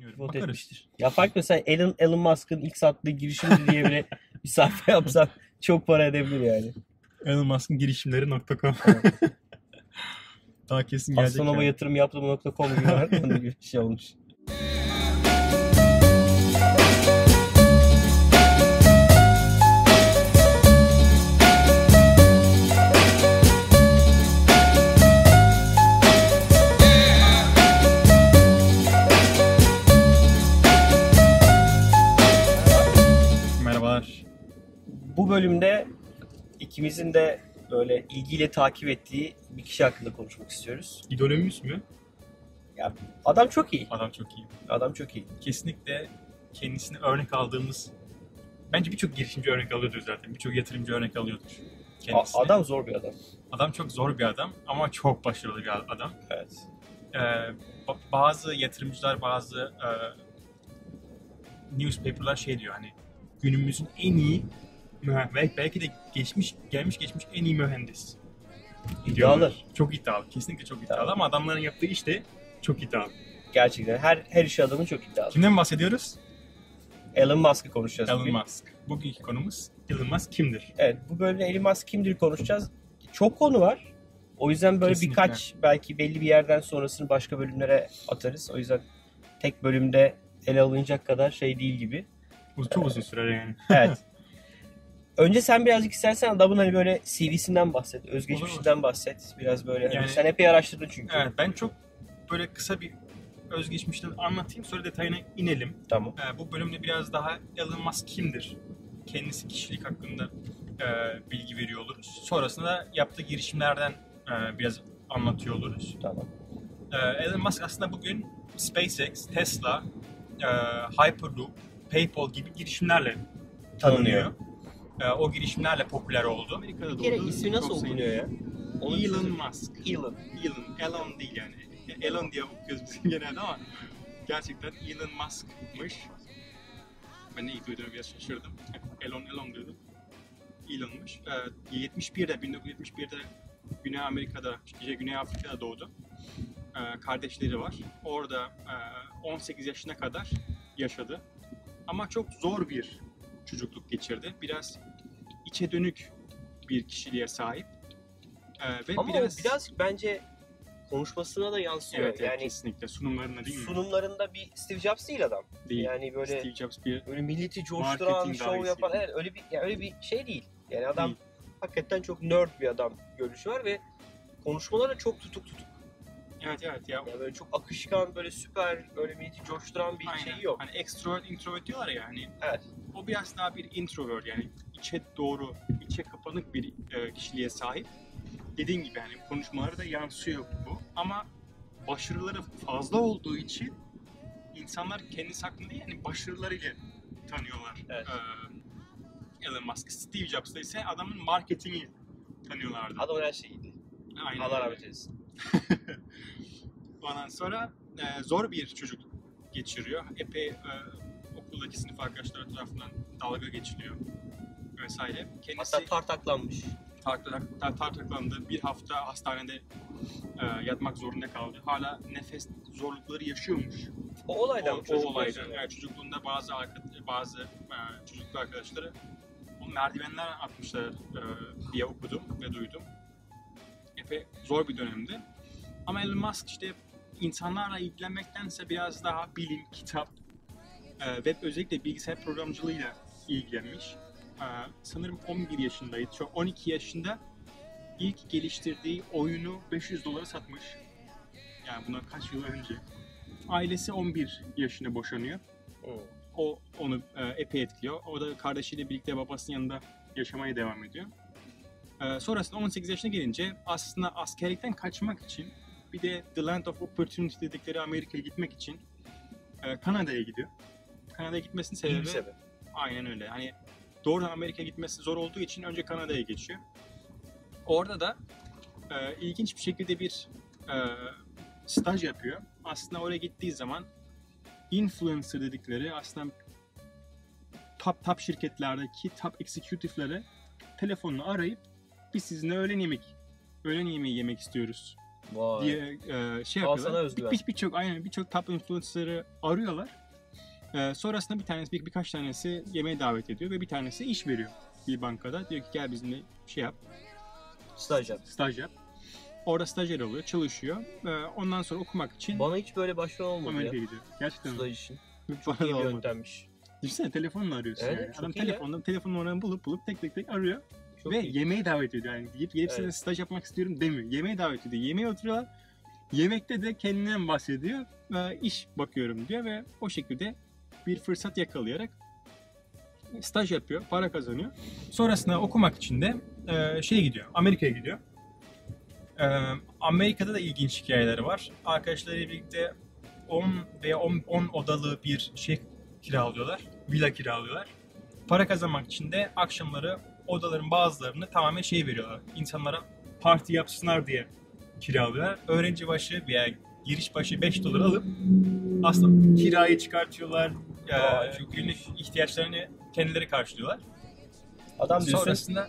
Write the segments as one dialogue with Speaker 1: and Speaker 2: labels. Speaker 1: pivot
Speaker 2: Bakarız.
Speaker 1: etmiştir. Ya fark mesela Elon, Elon Musk'ın ilk sattığı girişimci diye bile bir sayfa yapsak çok para edebilir yani.
Speaker 2: Elon Musk'ın girişimleri.com Daha kesin gelecek.
Speaker 1: Astronova
Speaker 2: yani.
Speaker 1: yatırım yaptım.com gibi, var. Onun gibi bir şey olmuş.
Speaker 2: Merhabalar.
Speaker 1: Bu bölümde ikimizin de böyle ilgiyle takip ettiği bir kişi hakkında konuşmak istiyoruz.
Speaker 2: İdolümüz mü?
Speaker 1: Adam çok iyi.
Speaker 2: Adam çok iyi.
Speaker 1: Adam çok iyi.
Speaker 2: Kesinlikle kendisini örnek aldığımız Bence birçok girişimci örnek alıyordur zaten. Birçok yatırımcı örnek alıyordur.
Speaker 1: A-
Speaker 2: Kendisini.
Speaker 1: adam zor bir adam.
Speaker 2: adam çok zor bir adam ama çok başarılı bir adam.
Speaker 1: Evet.
Speaker 2: e, ba- bazı yatırımcılar, bazı e, newspaper'lar şey diyor hani günümüzün en iyi mühendis, belki de geçmiş gelmiş geçmiş en iyi mühendis.
Speaker 1: İddialı.
Speaker 2: diyorlar. Çok iddialı. Kesinlikle çok iddialı ama adamların yaptığı iş de çok iddialı.
Speaker 1: Gerçekten her her işi adamın çok iddialı.
Speaker 2: Kimden bahsediyoruz?
Speaker 1: Elon Musk'ı konuşacağız
Speaker 2: Elon
Speaker 1: bugün.
Speaker 2: Musk. Bugünkü konumuz Elon Musk kimdir?
Speaker 1: Evet bu bölümde Elon Musk kimdir konuşacağız. Çok konu var. O yüzden böyle
Speaker 2: Kesinlikle.
Speaker 1: birkaç belki belli bir yerden sonrasını başka bölümlere atarız. O yüzden tek bölümde ele alınacak kadar şey değil gibi.
Speaker 2: Bu çok uzun sürer yani.
Speaker 1: Evet. Önce sen birazcık istersen adamın hani böyle CV'sinden bahset, özgeçmişinden bahset. Biraz böyle hani
Speaker 2: Yani-
Speaker 1: sen epey araştırdın çünkü.
Speaker 2: Evet, ben çok böyle kısa bir özgeçmişten anlatayım sonra detayına inelim.
Speaker 1: Tamam.
Speaker 2: Ee, bu bölümde biraz daha Elon Musk kimdir? Kendisi kişilik hakkında e, bilgi veriyor oluruz. Sonrasında da yaptığı girişimlerden e, biraz anlatıyor oluruz.
Speaker 1: Tamam.
Speaker 2: Ee, Elon Musk aslında bugün SpaceX, Tesla, e, Hyperloop, PayPal gibi girişimlerle tanınıyor. Ee, o girişimlerle popüler oldu. Amerika'da
Speaker 1: Bir kere
Speaker 2: doğdu,
Speaker 1: ismi nasıl
Speaker 2: çok şey.
Speaker 1: okunuyor ya? Onu
Speaker 2: sevdim. Elon
Speaker 1: çözelim.
Speaker 2: Musk.
Speaker 1: Elon.
Speaker 2: Elon, Elon değil yani. E, Elon diye okuyoruz biz genelde ama gerçekten Elon Musk'mış. Ben de ilk duyduğumda biraz şaşırdım. Hep Elon, Elon diyordum. Elon'muş. Ee, 71'de, 1971'de Güney Amerika'da, işte Güney Afrika'da doğdu. Ee, kardeşleri var. Orada e, 18 yaşına kadar yaşadı. Ama çok zor bir çocukluk geçirdi. Biraz içe dönük bir kişiliğe sahip. Ee, ve
Speaker 1: Ama biraz... birazcık bence konuşmasına da yansıyor.
Speaker 2: Evet, evet
Speaker 1: yani
Speaker 2: kesinlikle sunumlarında değil mi?
Speaker 1: sunumlarında bir Steve Jobs değil adam.
Speaker 2: Değil.
Speaker 1: Yani böyle
Speaker 2: Steve Jobs bir
Speaker 1: böyle milleti coşturan,
Speaker 2: Marketing
Speaker 1: şov
Speaker 2: dahisi.
Speaker 1: yapan evet, öyle bir yani öyle bir şey değil. Yani adam
Speaker 2: Değil.
Speaker 1: hakikaten çok nerd bir adam görünüşü var ve konuşmaları çok tutuk tutuk.
Speaker 2: evet evet ya
Speaker 1: Yani böyle çok akışkan, böyle süper, böyle milleti coşturan bir
Speaker 2: aynen.
Speaker 1: şey yok.
Speaker 2: Hani extrovert introvert diyorlar ya hani.
Speaker 1: Evet.
Speaker 2: O biraz daha bir introvert yani içe doğru içe kapanık bir e, kişiliğe sahip. Dediğin gibi yani konuşmaları da yansıyor bu ama başarıları fazla olduğu için insanlar kendisi hakkında yani başarılarıyla tanıyorlar.
Speaker 1: Evet.
Speaker 2: Ee, Elon Musk, Steve Jobs'ta ise adamın marketingi tanıyorlardı.
Speaker 1: Adam her şeydi.
Speaker 2: Aynen
Speaker 1: Allah
Speaker 2: öyle.
Speaker 1: rahmet eylesin.
Speaker 2: Ondan sonra e, zor bir çocuk geçiriyor. Epey e, okuldaki sınıf arkadaşları tarafından dalga geçiliyor vesaire. Kendisi
Speaker 1: Hatta tartaklanmış.
Speaker 2: tartak- tar- tartaklandı. Bir hafta hastanede e, yatmak zorunda kaldı. Hala nefes zorlukları yaşıyormuş.
Speaker 1: O olaydan
Speaker 2: O,
Speaker 1: mı
Speaker 2: o
Speaker 1: çocuk
Speaker 2: olaydan.
Speaker 1: diyorsun?
Speaker 2: Yani çocukluğunda bazı arka- bazı e, çocukluk arkadaşları o merdivenler atmışlar e, diye okudum ve duydum. Epey zor bir dönemdi. Ama Elon Musk işte insanlarla ilgilenmektense biraz daha bilim, kitap e, web özellikle bilgisayar programcılığıyla ilgilenmiş. E, sanırım 11 yaşındaydı. Şu an 12 yaşında ilk geliştirdiği oyunu 500 dolara satmış. Yani buna kaç yıl önce. Ailesi 11 yaşında boşanıyor.
Speaker 1: Hı.
Speaker 2: O onu e, epey etkiliyor. O da kardeşiyle birlikte babasının yanında yaşamaya devam ediyor. E, sonrasında 18 yaşına gelince aslında askerlikten kaçmak için bir de The Land of Opportunity dedikleri Amerika'ya gitmek için e, Kanada'ya gidiyor. Kanada'ya gitmesinin
Speaker 1: İyi bir
Speaker 2: sebebi
Speaker 1: sebep.
Speaker 2: Aynen öyle. Hani doğrudan Amerika gitmesi zor olduğu için önce Kanada'ya geçiyor. Orada da e, ilginç bir şekilde bir e, staj yapıyor. Aslında oraya gittiği zaman influencer dedikleri aslında top top şirketlerdeki top executive'ları telefonla arayıp biz sizinle öğlen yemek öğlen yemeği yemek istiyoruz
Speaker 1: Vay.
Speaker 2: diye e, şey
Speaker 1: Al sana
Speaker 2: yapıyorlar.
Speaker 1: özgüven.
Speaker 2: Bir- bir- Birçok aynen birçok top influencer'ı arıyorlar. Ee, sonrasında bir tanesi, bir, birkaç tanesi yemeğe davet ediyor ve bir tanesi iş veriyor bir bankada. Diyor ki gel bizimle şey yap,
Speaker 1: Staj yap.
Speaker 2: staj yap. Orada stajyer oluyor, çalışıyor. Ee, ondan sonra okumak için
Speaker 1: Bana hiç böyle başvuran olmadı ya.
Speaker 2: Amerika'ya gidiyor. Gerçekten mi?
Speaker 1: Staj için.
Speaker 2: Bana da
Speaker 1: İyi bir
Speaker 2: olmadı.
Speaker 1: yöntemmiş.
Speaker 2: Düşünsene telefonla arıyorsun.
Speaker 1: Evet,
Speaker 2: yani.
Speaker 1: çok
Speaker 2: Adam
Speaker 1: iyi ya.
Speaker 2: telefonla, telefon numaranı bulup bulup tek tek tek arıyor.
Speaker 1: Çok
Speaker 2: ve
Speaker 1: iyi.
Speaker 2: yemeğe davet ediyor yani. Gidip gelip size
Speaker 1: Evet.
Speaker 2: staj yapmak istiyorum demiyor. Yemeğe davet ediyor. Yemeğe oturuyorlar. Yemekte de kendinden bahsediyor. Ee, iş bakıyorum diyor ve o şekilde bir fırsat yakalayarak e, staj yapıyor, para kazanıyor. Sonrasında okumak için de e, şeye gidiyor, Amerika'ya gidiyor. E, Amerika'da da ilginç hikayeleri var. Arkadaşlarıyla birlikte 10 veya 10, 10 odalı bir şey kiralıyorlar, villa kiralıyorlar. Para kazanmak için de akşamları odaların bazılarını tamamen şey veriyorlar. İnsanlara parti yapsınlar diye kiralıyorlar. Öğrenci başı veya giriş başı 5 dolar alıp aslında kirayı çıkartıyorlar. Ee,
Speaker 1: Aa, çok
Speaker 2: günlük ihtiyaçlarını kendileri karşılıyorlar.
Speaker 1: Adam düşünsün.
Speaker 2: Sonrasında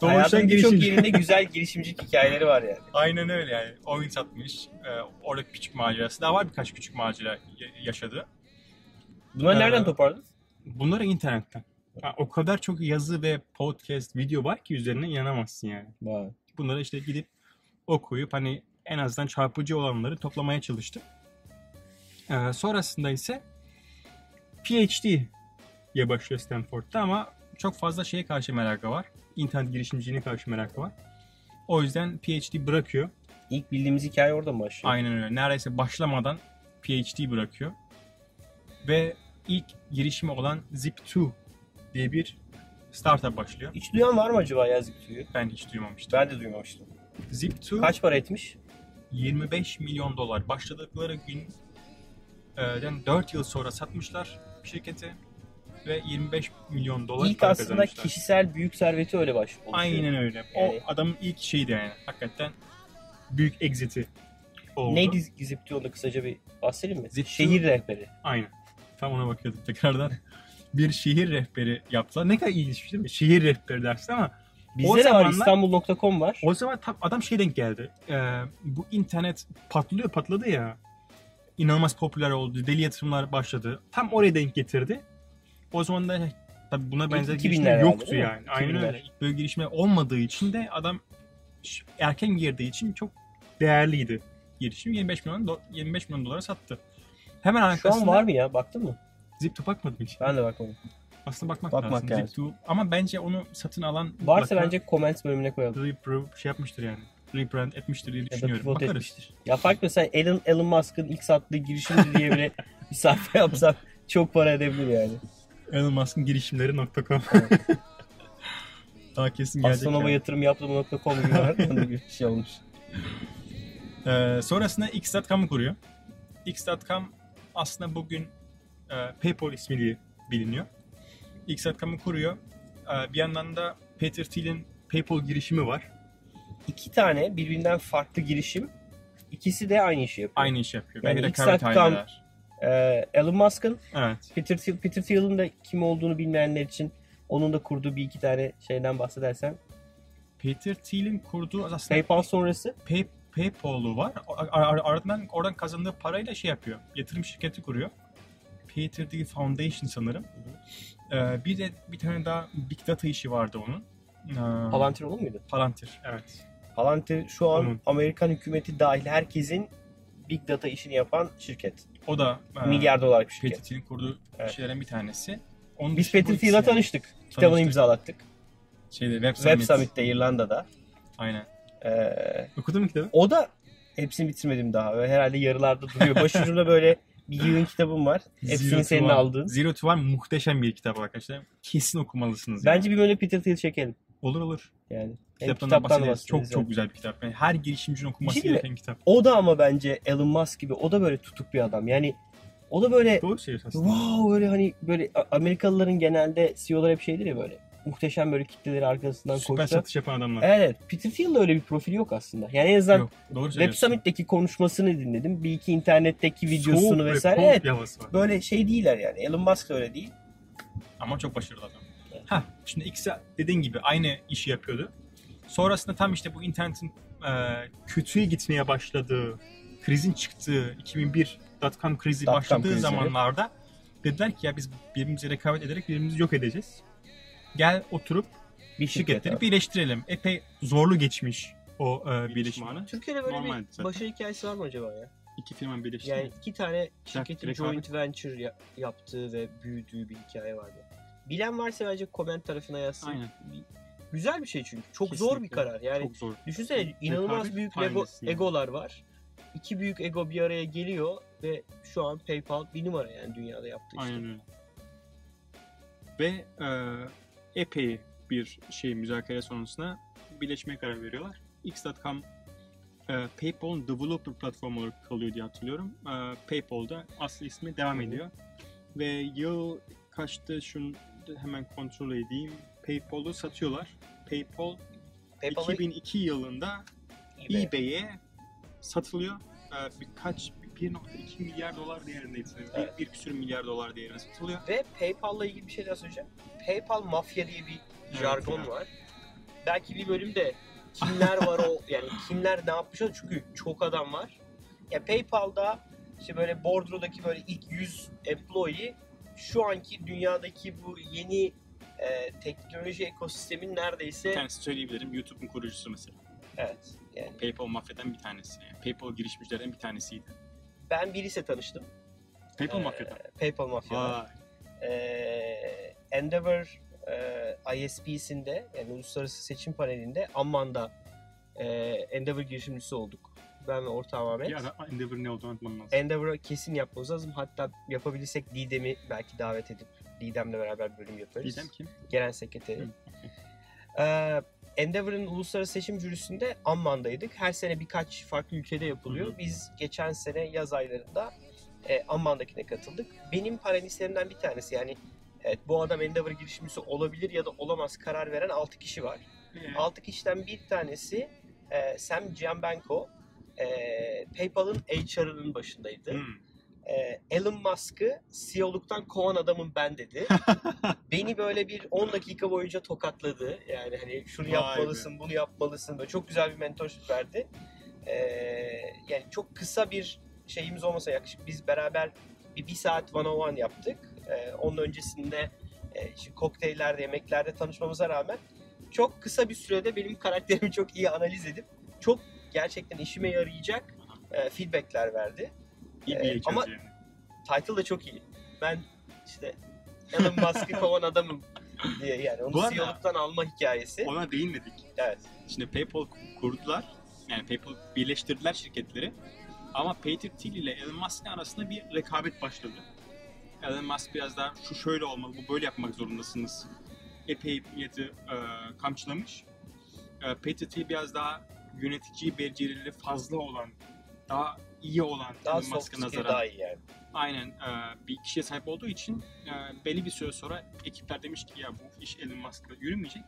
Speaker 1: Hayatının
Speaker 2: doğuştan
Speaker 1: birçok
Speaker 2: girişimci.
Speaker 1: yerinde güzel girişimcilik hikayeleri var yani.
Speaker 2: Aynen öyle yani. Oyun satmış. E, oradaki küçük macerası. Daha var birkaç küçük macera ya- yaşadı.
Speaker 1: Bunları
Speaker 2: Ee,
Speaker 1: nereden toparladın?
Speaker 2: Bunları internetten. Ha, o kadar çok yazı ve podcast, video var ki üzerine inanamazsın yani.
Speaker 1: Vay.
Speaker 2: Bunları işte gidip okuyup hani en azından çarpıcı olanları toplamaya çalıştım. Ee, sonrasında ise PhD'ye başlıyor Stanford'da ama çok fazla şeye karşı merakı var. İnternet girişimciliğine karşı merakı var. O yüzden PhD bırakıyor.
Speaker 1: İlk bildiğimiz hikaye oradan başlıyor.
Speaker 2: Aynen öyle. Neredeyse başlamadan PhD bırakıyor. Ve ilk girişimi olan Zip2 diye bir startup başlıyor.
Speaker 1: Hiç duyan var mı acaba yazık tüyü?
Speaker 2: Ben hiç duymamıştım.
Speaker 1: Ben de duymamıştım.
Speaker 2: Zip2
Speaker 1: Kaç para etmiş?
Speaker 2: 25 milyon dolar başladıkları günden 4 yıl sonra satmışlar şirketi ve 25 milyon dolar
Speaker 1: İlk
Speaker 2: para
Speaker 1: aslında
Speaker 2: kazanmışlar.
Speaker 1: kişisel büyük serveti öyle baş. oluşuyor.
Speaker 2: Aynen öyle.
Speaker 1: Yani-
Speaker 2: O adamın ilk şeydi yani. Hakikaten büyük exit'i oldu.
Speaker 1: Neydi Zipti onu kısaca bir bahsedeyim mi?
Speaker 2: Zipti-
Speaker 1: Şehir rehberi.
Speaker 2: Aynen. Tam ona bakıyorduk tekrardan. bir şehir rehberi yaptılar. Ne kadar ilginç bir şey değil mi? Şehir rehberi dersin ama
Speaker 1: Bizde
Speaker 2: O
Speaker 1: de var
Speaker 2: zamanlar-
Speaker 1: İstanbul.com var.
Speaker 2: O zaman tam adam şey denk geldi. Ee, bu internet patlıyor patladı ya. İnanılmaz popüler oldu. Deli yatırımlar başladı. Tam oraya denk getirdi. O zaman da tabii buna benzer
Speaker 1: 2000'ler
Speaker 2: girişimler
Speaker 1: herhalde,
Speaker 2: yoktu
Speaker 1: değil mi?
Speaker 2: yani. Aynen
Speaker 1: 2000'ler.
Speaker 2: öyle. Böyle girişimler olmadığı için de adam ş- erken girdiği için çok değerliydi. Girişim 25 milyon do- 25 milyon dolara sattı. Hemen
Speaker 1: Şu
Speaker 2: arkasında
Speaker 1: an var mı ya? Baktın mı?
Speaker 2: Zipto bakmadım hiç.
Speaker 1: Ben de bakmadım.
Speaker 2: Aslında bakmak,
Speaker 1: Bakmak
Speaker 2: lazım.
Speaker 1: lazım.
Speaker 2: Zipto ama bence onu satın alan
Speaker 1: Varsa
Speaker 2: mutlaka
Speaker 1: bence comments bölümüne koyalım.
Speaker 2: reprove şey yapmıştır yani. Rebrand etmiştir diye
Speaker 1: Ya da
Speaker 2: düşünüyorum.
Speaker 1: pivot
Speaker 2: Bakarız.
Speaker 1: etmiştir. Ya fark mesela Elon, Elon Musk'ın ilk sattığı girişimci diye bile bir sayfa yapsak çok para edebilir yani.
Speaker 2: Elon Musk'ın girişimleri.com Daha kesin gelecek.
Speaker 1: Astronoma
Speaker 2: yani.
Speaker 1: yatırım yaptım.com gibi herhalde gibi bir şey olmuş.
Speaker 2: Ee, sonrasında X.com'u kuruyor. X.com aslında bugün e, PayPal ismiyle biliniyor. X.com'u kuruyor. Ee, bir yandan da Peter Thiel'in PayPal girişimi var.
Speaker 1: İki tane birbirinden farklı girişim. İkisi de aynı işi yapıyor.
Speaker 2: Aynı iş yapıyor.
Speaker 1: Yani
Speaker 2: Belki de
Speaker 1: X.com
Speaker 2: rekabet halindeler.
Speaker 1: Ee, Elon Musk'ın
Speaker 2: Evet.
Speaker 1: Peter, Thiel, Peter Thiel'in de kim olduğunu bilmeyenler için onun da kurduğu bir iki tane şeyden bahsedersen.
Speaker 2: Peter Thiel'in kurduğu aslında
Speaker 1: PayPal sonrası
Speaker 2: Pay, PayPal'u var. Ar- ar- Ardından oradan kazandığı parayla şey yapıyor. Yatırım şirketi kuruyor. Peter D. Foundation sanırım. Ee, bir de bir tane daha Big Data işi vardı onun. Ee,
Speaker 1: Palantir olur muydu?
Speaker 2: Palantir, evet.
Speaker 1: Palantir şu an
Speaker 2: Onun.
Speaker 1: Amerikan hükümeti dahil herkesin Big Data işini yapan şirket.
Speaker 2: O da e,
Speaker 1: Milyar dolarlık bir
Speaker 2: Peter
Speaker 1: şirket.
Speaker 2: Thiel'in kurduğu
Speaker 1: Evet.
Speaker 2: şeylerden bir tanesi. Onun
Speaker 1: Biz
Speaker 2: dışında bu
Speaker 1: Peter
Speaker 2: ikisi
Speaker 1: Thiel'la
Speaker 2: yani.
Speaker 1: tanıştık. Kitabını
Speaker 2: Tanıştık.
Speaker 1: imzalattık.
Speaker 2: Şeyde, Web,
Speaker 1: Web
Speaker 2: Summit.
Speaker 1: Summit'te İrlanda'da.
Speaker 2: Aynen.
Speaker 1: Ee,
Speaker 2: Okudun mu kitabı?
Speaker 1: O da hepsini bitirmedim daha. Öyle herhalde yarılarda duruyor. Başucumda böyle bir yığın kitabım var.
Speaker 2: Zero
Speaker 1: Hepsini
Speaker 2: to
Speaker 1: senin
Speaker 2: One.
Speaker 1: aldın.
Speaker 2: Zero to One muhteşem bir kitap arkadaşlar. Kesin okumalısınız. yani.
Speaker 1: Bence bir böyle Peter Thiel çekelim.
Speaker 2: Olur olur.
Speaker 1: Yani. Hem
Speaker 2: Kitaptan, da
Speaker 1: kitaptan da
Speaker 2: bahsederiz. Çok
Speaker 1: bahsederiz,
Speaker 2: çok
Speaker 1: evet.
Speaker 2: güzel bir kitap. Yani her girişimcinin okuması
Speaker 1: Bir şey mi?
Speaker 2: gereken kitap.
Speaker 1: O da ama bence Elon Musk gibi. O da böyle tutuk bir adam. Yani o da böyle
Speaker 2: Doğru söylüyorsun aslında.
Speaker 1: wow böyle hani böyle A- Amerikalıların genelde CEO'lar hep şeydir ya böyle. Muhteşem böyle kitleleri arkasından
Speaker 2: Süper
Speaker 1: koştu.
Speaker 2: satış yapan adamlar.
Speaker 1: Evet. Peter Thiel'in de öyle bir profili yok aslında. Yani en azından
Speaker 2: Yok, doğru
Speaker 1: Web
Speaker 2: söylüyorsun.
Speaker 1: Summit'teki konuşmasını dinledim. Bir iki internetteki videosunu
Speaker 2: Soğuk ve
Speaker 1: vesaire.
Speaker 2: cold
Speaker 1: Evet.
Speaker 2: bir havası var.
Speaker 1: Böyle şey değiller yani. Elon Musk da öyle değil.
Speaker 2: Ama çok başarılı adam. Ha, şimdi ikisi dediğin gibi aynı işi yapıyordu. Sonrasında tam işte bu internetin e, kötüye gitmeye başladığı, krizin çıktığı, 2001 dotcom krizi
Speaker 1: Dotcom
Speaker 2: başladığı
Speaker 1: krizi.
Speaker 2: zamanlarda dediler ki ya biz birbirimize rekabet ederek birbirimizi yok edeceğiz. Gel oturup
Speaker 1: Bir şirket.
Speaker 2: şirketleri
Speaker 1: abi.
Speaker 2: birleştirelim. Epey zorlu geçmiş o e, birleşme.
Speaker 3: Birleşmanı.
Speaker 1: Türkiye'de böyle
Speaker 2: Normal
Speaker 1: bir
Speaker 2: zaten.
Speaker 1: başarı hikayesi var mı acaba ya?
Speaker 2: İki firmanın birleşti.
Speaker 1: Yani iki tane
Speaker 2: direkt
Speaker 1: şirketin joint venture ya- yaptığı ve büyüdüğü bir hikaye vardı. Bilen varsa bence comment tarafına yazsın.
Speaker 2: Aynen.
Speaker 1: Güzel bir şey çünkü. Çok zor bir
Speaker 2: Kesinlikle.
Speaker 1: karar. Yani
Speaker 2: Çok zor.
Speaker 1: Düşünsene
Speaker 2: Rekabet
Speaker 1: inanılmaz büyük lego,
Speaker 2: tanesi yani.
Speaker 1: egolar var. İki büyük ego bir araya geliyor ve şu an PayPal bir numara yani dünyada yaptığı işte.
Speaker 2: Aynen öyle. Ve e, epey bir şey müzakere sonrasında birleşmeye karar veriyorlar. X.com e, PayPal'ın developer platformu olarak kalıyor diye hatırlıyorum. E, PayPal'da asıl ismi devam
Speaker 1: Hı hı.
Speaker 2: ediyor. Ve yıl kaçtı şunu da hemen kontrol edeyim. PayPal'ı satıyorlar. PayPal
Speaker 1: PayPal'ı
Speaker 2: 2002 yılında
Speaker 1: eBay.
Speaker 2: eBay'e satılıyor. Ee, birkaç 1.2 milyar dolar değerindeydi. sanırım. Bir,
Speaker 1: Evet.
Speaker 2: bir küsür milyar dolar değerine satılıyor.
Speaker 1: Ve PayPal'la ilgili bir şey daha söyleyeceğim. PayPal mafya diye bir
Speaker 2: Evet,
Speaker 1: jargon
Speaker 2: evet.
Speaker 1: var. Belki bir bölümde kimler var o yani kimler ne yapmış o çünkü çok adam var. Ya PayPal'da işte böyle Bordro'daki böyle ilk 100 employee şu anki dünyadaki bu yeni e, teknoloji ekosistemin
Speaker 2: Bir
Speaker 1: neredeyse
Speaker 2: tanesi söyleyebilirim. YouTube'un kurucusu mesela.
Speaker 1: evet yani
Speaker 2: PayPal mafyadan bir tanesi. Yani PayPal girişimcilerden bir tanesiydi.
Speaker 1: ben birisiyle tanıştım.
Speaker 2: PayPal
Speaker 1: Ee,
Speaker 2: mafyadan.
Speaker 1: PayPal mafyadan.
Speaker 2: Vay.
Speaker 1: Ee, Endeavor e, ISP'sinde yani Uluslararası Seçim Paneli'nde Amman'da e, Endeavor girişimcisi olduk. Ben ve ortağım Ahmet.
Speaker 2: Ya da Endeavor ne olduğunu unutmam lazım.
Speaker 1: Endeavor'a kesin yapmamız lazım. Hatta yapabilirsek Didem'i belki davet edip Didem'le beraber bölüm yaparız.
Speaker 2: Didem kim?
Speaker 1: Genel sekreteri.
Speaker 2: Hı,
Speaker 1: Ee, Endeavor'ın uluslararası seçim jürisinde Amman'daydık. Her sene birkaç farklı ülkede yapılıyor.
Speaker 2: Hı hı.
Speaker 1: Biz geçen sene yaz aylarında e, Amman'dakine katıldık. Benim panelistlerimden bir tanesi yani evet, bu adam Endeavor girişimcisi olabilir ya da olamaz karar veren 6 kişi var.
Speaker 2: Ee,
Speaker 1: 6 kişiden bir tanesi e, Sam Giambanco. E, PayPal'ın HR'ının başındaydı.
Speaker 2: hmm.
Speaker 1: E, Elon Musk'ı CEO'luktan kovan adamım ben dedi. Beni böyle bir 10 dakika boyunca tokatladı. Yani hani şunu
Speaker 2: Vay be.
Speaker 1: yapmalısın, bunu yapmalısın. Böyle çok güzel bir mentorluk verdi. E, yani çok kısa bir şeyimiz olmasa yaklaşık biz beraber bir, bir saat one on one yaptık. E, onun öncesinde e, işte kokteyllerde, yemeklerde tanışmamıza rağmen çok kısa bir sürede benim karakterimi çok iyi analiz edip çok gerçekten işime yarayacak e, feedbackler verdi.
Speaker 2: İyi
Speaker 1: Ee,
Speaker 2: bir geçiyoruz
Speaker 1: ama-
Speaker 2: yani.
Speaker 1: Title da çok iyi. Ben işte Elon Musk'ı kovan adamım diye yani
Speaker 2: Bu
Speaker 1: onu
Speaker 2: arada-
Speaker 1: CEO'luktan alma hikayesi.
Speaker 2: Ona değinmedik.
Speaker 1: Evet.
Speaker 2: Şimdi PayPal kurdular. Yani PayPal birleştirdiler şirketleri. Ama Peter Thiel ile Elon Musk arasında bir rekabet başladı. Elon Musk biraz daha şu şöyle olmalı, bu böyle yapmak zorundasınız. Epey milleti e, kamçılamış. E, Peter Thiel biraz daha yönetici becerileri fazla olan, daha iyi olan
Speaker 1: Daha
Speaker 2: Elon
Speaker 1: soft
Speaker 2: Musk'a
Speaker 1: skill
Speaker 2: nazaran
Speaker 1: daha iyi yani.
Speaker 2: aynen e, bir kişiye sahip olduğu için e, belli bir süre sonra ekipler demiş ki ya bu iş Elon Musk'la yürümeyecek.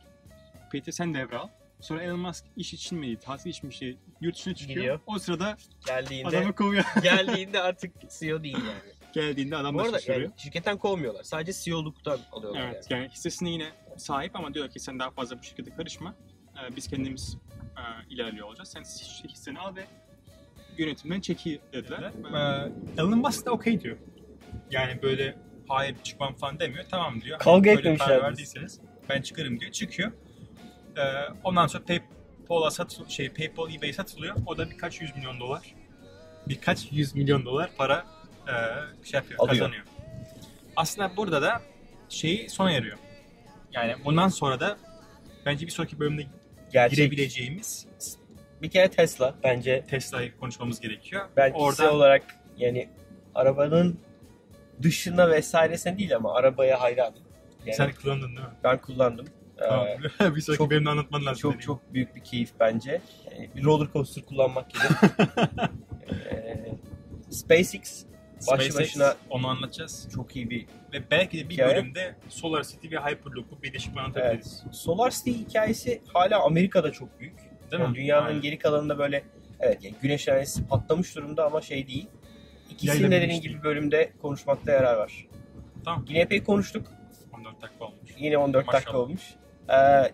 Speaker 2: Peter sen devral. Sonra Elon Musk iş için mi, tatil için mi şey, yurt dışına çıkıyor.
Speaker 1: Gidiyor.
Speaker 2: O sırada
Speaker 1: Geldiğinde
Speaker 2: adamı kovuyor.
Speaker 1: geldiğinde artık CEO değil yani.
Speaker 2: Geldiğinde adam
Speaker 1: Bu
Speaker 2: da
Speaker 1: arada
Speaker 2: şaşırıyor.
Speaker 1: yani şirketten kovmuyorlar. Sadece CEO'luktan alıyorlar
Speaker 2: Evet yani hissesine yine sahip ama diyorlar ki sen daha fazla bu şirkete karışma. Ee, biz kendimiz e, ilerliyor olacağız. Sen hiss- hisseni al ve yönetimden çekil dediler. Ee, Elon Musk da okey diyor. Yani böyle hayır çıkmam falan demiyor. Tamam diyor.
Speaker 1: Kavga
Speaker 2: Hani böyle
Speaker 1: etmemişler
Speaker 2: karar
Speaker 1: biz.
Speaker 2: verdiyseniz ben çıkarım diyor. Çıkıyor. Ee, ondan sonra PayPal'a satıl şey PayPal eBay'e satılıyor. O da birkaç yüz milyon dolar. Birkaç yüz milyon dolar para e, şey yapıyor,
Speaker 1: Alıyor.
Speaker 2: kazanıyor. Aslında burada da şeyi sona eriyor. Yani bundan sonra da bence bir sonraki bölümde
Speaker 1: yani. Gerçek.
Speaker 2: girebileceğimiz
Speaker 1: Bir kere Tesla bence
Speaker 2: Tesla'yı konuşmamız gerekiyor.
Speaker 1: belki
Speaker 2: Orada
Speaker 1: CEO olarak yani arabanın dışına vesairesine değil ama arabaya hayranım. Yani
Speaker 2: sen kullandın değil mi?
Speaker 1: ben kullandım. Ee,
Speaker 2: Tamam. bir sonraki
Speaker 1: çok-
Speaker 2: bölümde anlatman lazım.
Speaker 1: Çok
Speaker 2: dediğim.
Speaker 1: çok büyük bir keyif bence. Yani bir roller coaster kullanmak gibi. Ee, SpaceX başlı
Speaker 2: SpaceX,
Speaker 1: başına-
Speaker 2: onu anlatacağız.
Speaker 1: çok iyi bir.
Speaker 2: Ve belki de bir
Speaker 1: Hikaye.
Speaker 2: bölümde Solar City ve Hyperloop'u birleşip anlatabiliriz.
Speaker 1: Solar City hikayesi hala Amerika'da çok büyük.
Speaker 2: Değil mi?
Speaker 1: Yani dünyanın
Speaker 2: Aynen.
Speaker 1: geri kalanında böyle evet yani güneş enerjisi patlamış durumda ama şey değil. İkisini de
Speaker 2: Yayılabilmiş
Speaker 1: dediğin
Speaker 2: değil.
Speaker 1: gibi bölümde konuşmakta yarar var.
Speaker 2: Tamam.
Speaker 1: Yine epey konuştuk.
Speaker 2: 14 dakika olmuş.
Speaker 1: Yine 14 dakika
Speaker 2: Maşallah.
Speaker 1: olmuş. Ee,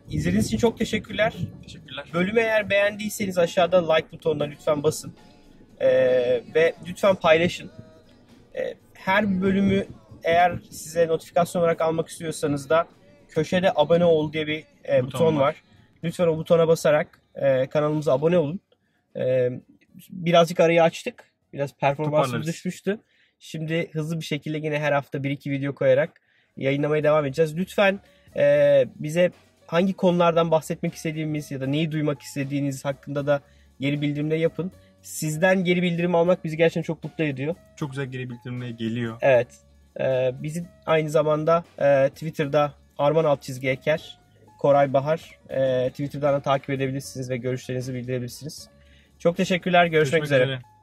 Speaker 1: izlediğiniz için çok teşekkürler.
Speaker 2: Teşekkürler.
Speaker 1: Bölümü eğer beğendiyseniz aşağıda like butonuna lütfen basın. Ee, ve lütfen paylaşın. Ee, her bölümü eğer size notifikasyon olarak almak istiyorsanız da köşede abone ol diye bir e, buton,
Speaker 2: Buton
Speaker 1: var.
Speaker 2: var.
Speaker 1: Lütfen o butona basarak e, kanalımıza abone olun. E, birazcık arayı açtık. Biraz performansımız
Speaker 2: Toparlarız.
Speaker 1: düşmüştü. Şimdi hızlı bir şekilde yine her hafta 1-2 video koyarak yayınlamaya devam edeceğiz. Lütfen e, bize hangi konulardan bahsetmek istediğimiz ya da neyi duymak istediğiniz hakkında da geri bildirimde yapın. Sizden geri bildirim almak bizi gerçekten çok mutlu ediyor.
Speaker 2: Çok güzel geri bildirimle geliyor.
Speaker 1: Evet. Ee, bizi aynı zamanda e, Twitter'da Arman alt çizgi Eker, Koray Bahar e, Twitter'dan da takip edebilirsiniz ve görüşlerinizi bildirebilirsiniz. Çok teşekkürler. Görüşmek, üzere.
Speaker 2: üzere.